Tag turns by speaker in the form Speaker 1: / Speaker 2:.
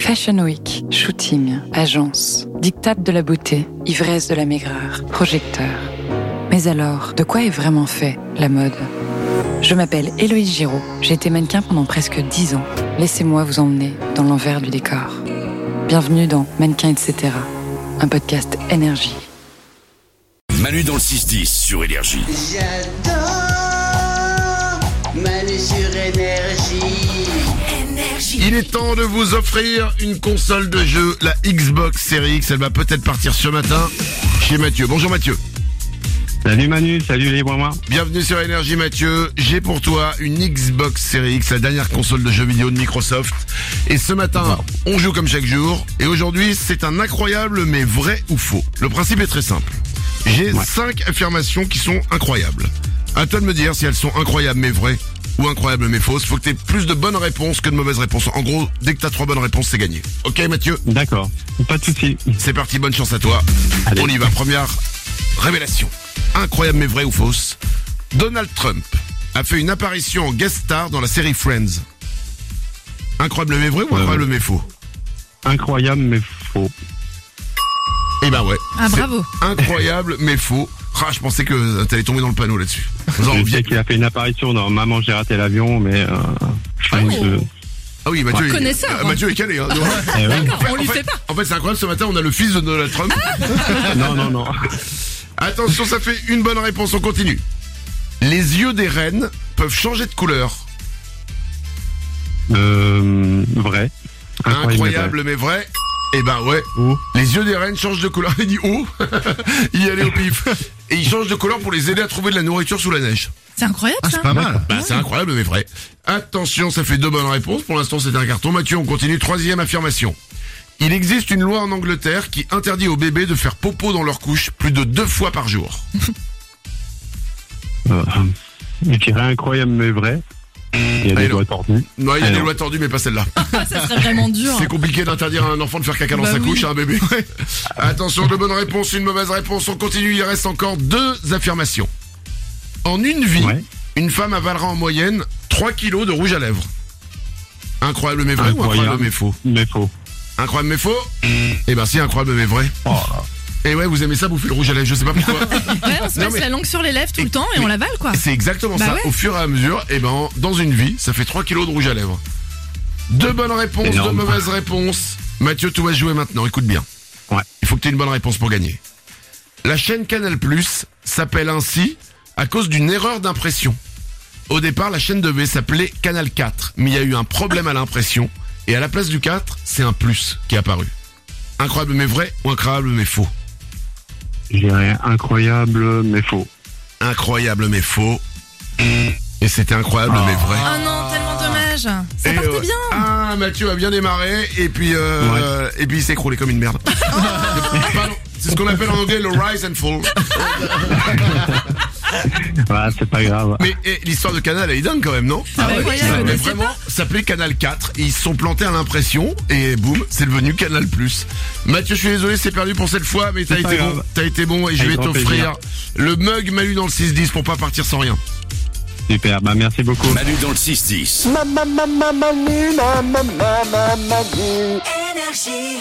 Speaker 1: Fashion Week, shooting, agence, dictate de la beauté, ivresse de la maigreur, projecteur. Mais alors, de quoi est vraiment fait la mode Je m'appelle Héloïse Giraud, j'ai été mannequin pendant presque 10 ans. Laissez-moi vous emmener dans l'envers du décor. Bienvenue dans Mannequin etc., un podcast énergie.
Speaker 2: Manu dans le 6-10 sur Énergie.
Speaker 3: J'adore Manu sur énergie.
Speaker 4: Il est temps de vous offrir une console de jeu, la Xbox Series X. Elle va peut-être partir ce matin chez Mathieu. Bonjour Mathieu.
Speaker 5: Salut Manu, salut les moi
Speaker 4: Bienvenue sur Énergie Mathieu. J'ai pour toi une Xbox Series X, la dernière console de jeux vidéo de Microsoft. Et ce matin, on joue comme chaque jour. Et aujourd'hui, c'est un incroyable mais vrai ou faux. Le principe est très simple. J'ai cinq affirmations qui sont incroyables. À toi de me dire si elles sont incroyables mais vraies ou incroyables mais fausses. Faut que t'aies plus de bonnes réponses que de mauvaises réponses. En gros, dès que t'as trois bonnes réponses, c'est gagné. Ok Mathieu
Speaker 5: D'accord, pas de soucis.
Speaker 4: c'est parti, bonne chance à toi.
Speaker 5: Allez.
Speaker 4: On y va, première révélation. Incroyable mais vraie ou fausse. Donald Trump a fait une apparition en guest star dans la série Friends. Incroyable mais vrai ou
Speaker 5: Euh.
Speaker 4: incroyable mais faux
Speaker 5: Incroyable mais faux.
Speaker 4: Eh ben ouais.
Speaker 6: Ah,
Speaker 4: C'est
Speaker 6: bravo.
Speaker 4: Incroyable mais faux. Ah, je pensais que t'allais tomber dans le panneau là-dessus. Vous en
Speaker 5: Je
Speaker 4: reviez-
Speaker 5: sais qu'il a fait une apparition dans Maman j'ai raté l'avion, mais... Euh, Friends, euh,
Speaker 4: Ah oui, Mathieu, il-
Speaker 6: connaisseur,
Speaker 4: Ah,
Speaker 6: hein.
Speaker 4: Mathieu est calé. Hein.
Speaker 5: eh oui.
Speaker 6: D'accord, on lui
Speaker 4: en fait,
Speaker 6: fait pas. Ah
Speaker 4: en fait, c'est incroyable. Ce matin, on a le fils de Donald Trump.
Speaker 5: Non, non, non.
Speaker 4: Attention, ça fait une bonne réponse. On continue. Les yeux des reines peuvent changer de couleur.
Speaker 5: Euh, vrai.
Speaker 4: Incroyable mais vrai. Eh ben ouais.
Speaker 5: Oh.
Speaker 4: Les yeux des rennes changent de couleur. Il dit oh. il allait au pif. Et ils changent de couleur pour les aider à trouver de la nourriture sous la neige.
Speaker 6: C'est incroyable ça.
Speaker 4: mal. Bah, c'est incroyable mais vrai. Attention, ça fait deux bonnes réponses. Pour l'instant, c'est un carton. Mathieu, on continue. Troisième affirmation. Il existe une loi en Angleterre qui interdit aux bébés de faire popo dans leur couche plus de deux fois par jour.
Speaker 5: Euh, je dirais incroyable mais vrai. Il y a
Speaker 4: Allez,
Speaker 5: des
Speaker 4: non.
Speaker 5: doigts tordus.
Speaker 4: Non, il y a
Speaker 5: Ah
Speaker 4: des
Speaker 5: non.
Speaker 4: lois tordues, mais pas celle-là.
Speaker 6: Ah, ça serait vraiment dur.
Speaker 4: C'est compliqué d'interdire à un enfant de faire caca dans
Speaker 6: Bah
Speaker 4: sa
Speaker 6: oui.
Speaker 4: couche à un bébé. Ouais. Attention, de bonnes réponses, une mauvaise réponse. On continue, il reste encore deux affirmations. En une vie,
Speaker 5: Ouais.
Speaker 4: une femme avalera en moyenne 3 kilos de rouge à lèvres. Incroyable mais vrai ou
Speaker 5: Incroyable.
Speaker 4: incroyable mais faux
Speaker 5: Mais faux.
Speaker 4: Incroyable mais faux
Speaker 6: Mm.
Speaker 4: Eh ben si, incroyable mais vrai.
Speaker 6: Oh
Speaker 4: Et ouais, vous aimez ça, bouffer le rouge à lèvres, je sais pas pourquoi.
Speaker 6: Ouais, on se
Speaker 4: Non,
Speaker 6: passe
Speaker 4: mais-
Speaker 6: la langue sur les lèvres tout le temps et on l'avale quoi.
Speaker 4: C'est exactement
Speaker 6: Bah
Speaker 4: ça.
Speaker 6: ouais.
Speaker 4: Au fur et à mesure, eh ben, dans une vie, ça fait 3 kilos de rouge à lèvres. Deux bonnes réponses,
Speaker 5: Énorme.
Speaker 4: deux mauvaises réponses. Mathieu, tout va se jouer maintenant, écoute bien.
Speaker 5: Ouais.
Speaker 4: Il faut que tu aies une bonne réponse pour gagner. La chaîne Canal Plus s'appelle ainsi à cause d'une erreur d'impression. Au départ, la chaîne devait s'appeler Canal 4, mais il y a eu un problème à l'impression, et à la place du 4, c'est un plus qui est apparu. Incroyable mais vrai ou incroyable mais faux
Speaker 5: Je dirais incroyable mais faux.
Speaker 4: Incroyable mais faux. Et c'était incroyable mais vrai.
Speaker 6: Ah non, tellement dommage. Ça
Speaker 4: Et
Speaker 6: partait
Speaker 4: ouais.
Speaker 6: bien.
Speaker 4: Ah, Mathieu a bien démarré et puis euh, et puis il s'est écroulé comme une merde. Pardon, c'est ce qu'on appelle en anglais le rise and fall.
Speaker 5: Ah, c'est pas grave.
Speaker 4: Mais eh, l'histoire de Canal elle est dingue quand même, non
Speaker 6: Ah ouais,
Speaker 4: Mais
Speaker 6: je connaissais
Speaker 4: vraiment, ça s'appelait Canal 4 et ils se sont plantés à l'impression et boum, c'est devenu Canal Plus. Mathieu, je suis désolé, c'est perdu pour cette fois, mais t'as
Speaker 5: C'est pas
Speaker 4: été bon,
Speaker 5: grave.
Speaker 4: t'as été bon et je
Speaker 5: Avec
Speaker 4: vais
Speaker 5: grand
Speaker 4: t'offrir le mug Malu dans le 6-10 pour pas partir sans rien.
Speaker 5: Super, bah merci beaucoup.
Speaker 2: Manu dans le 6-10.
Speaker 7: Ma ma ma ma ma nu, ma ma ma ma ma nu.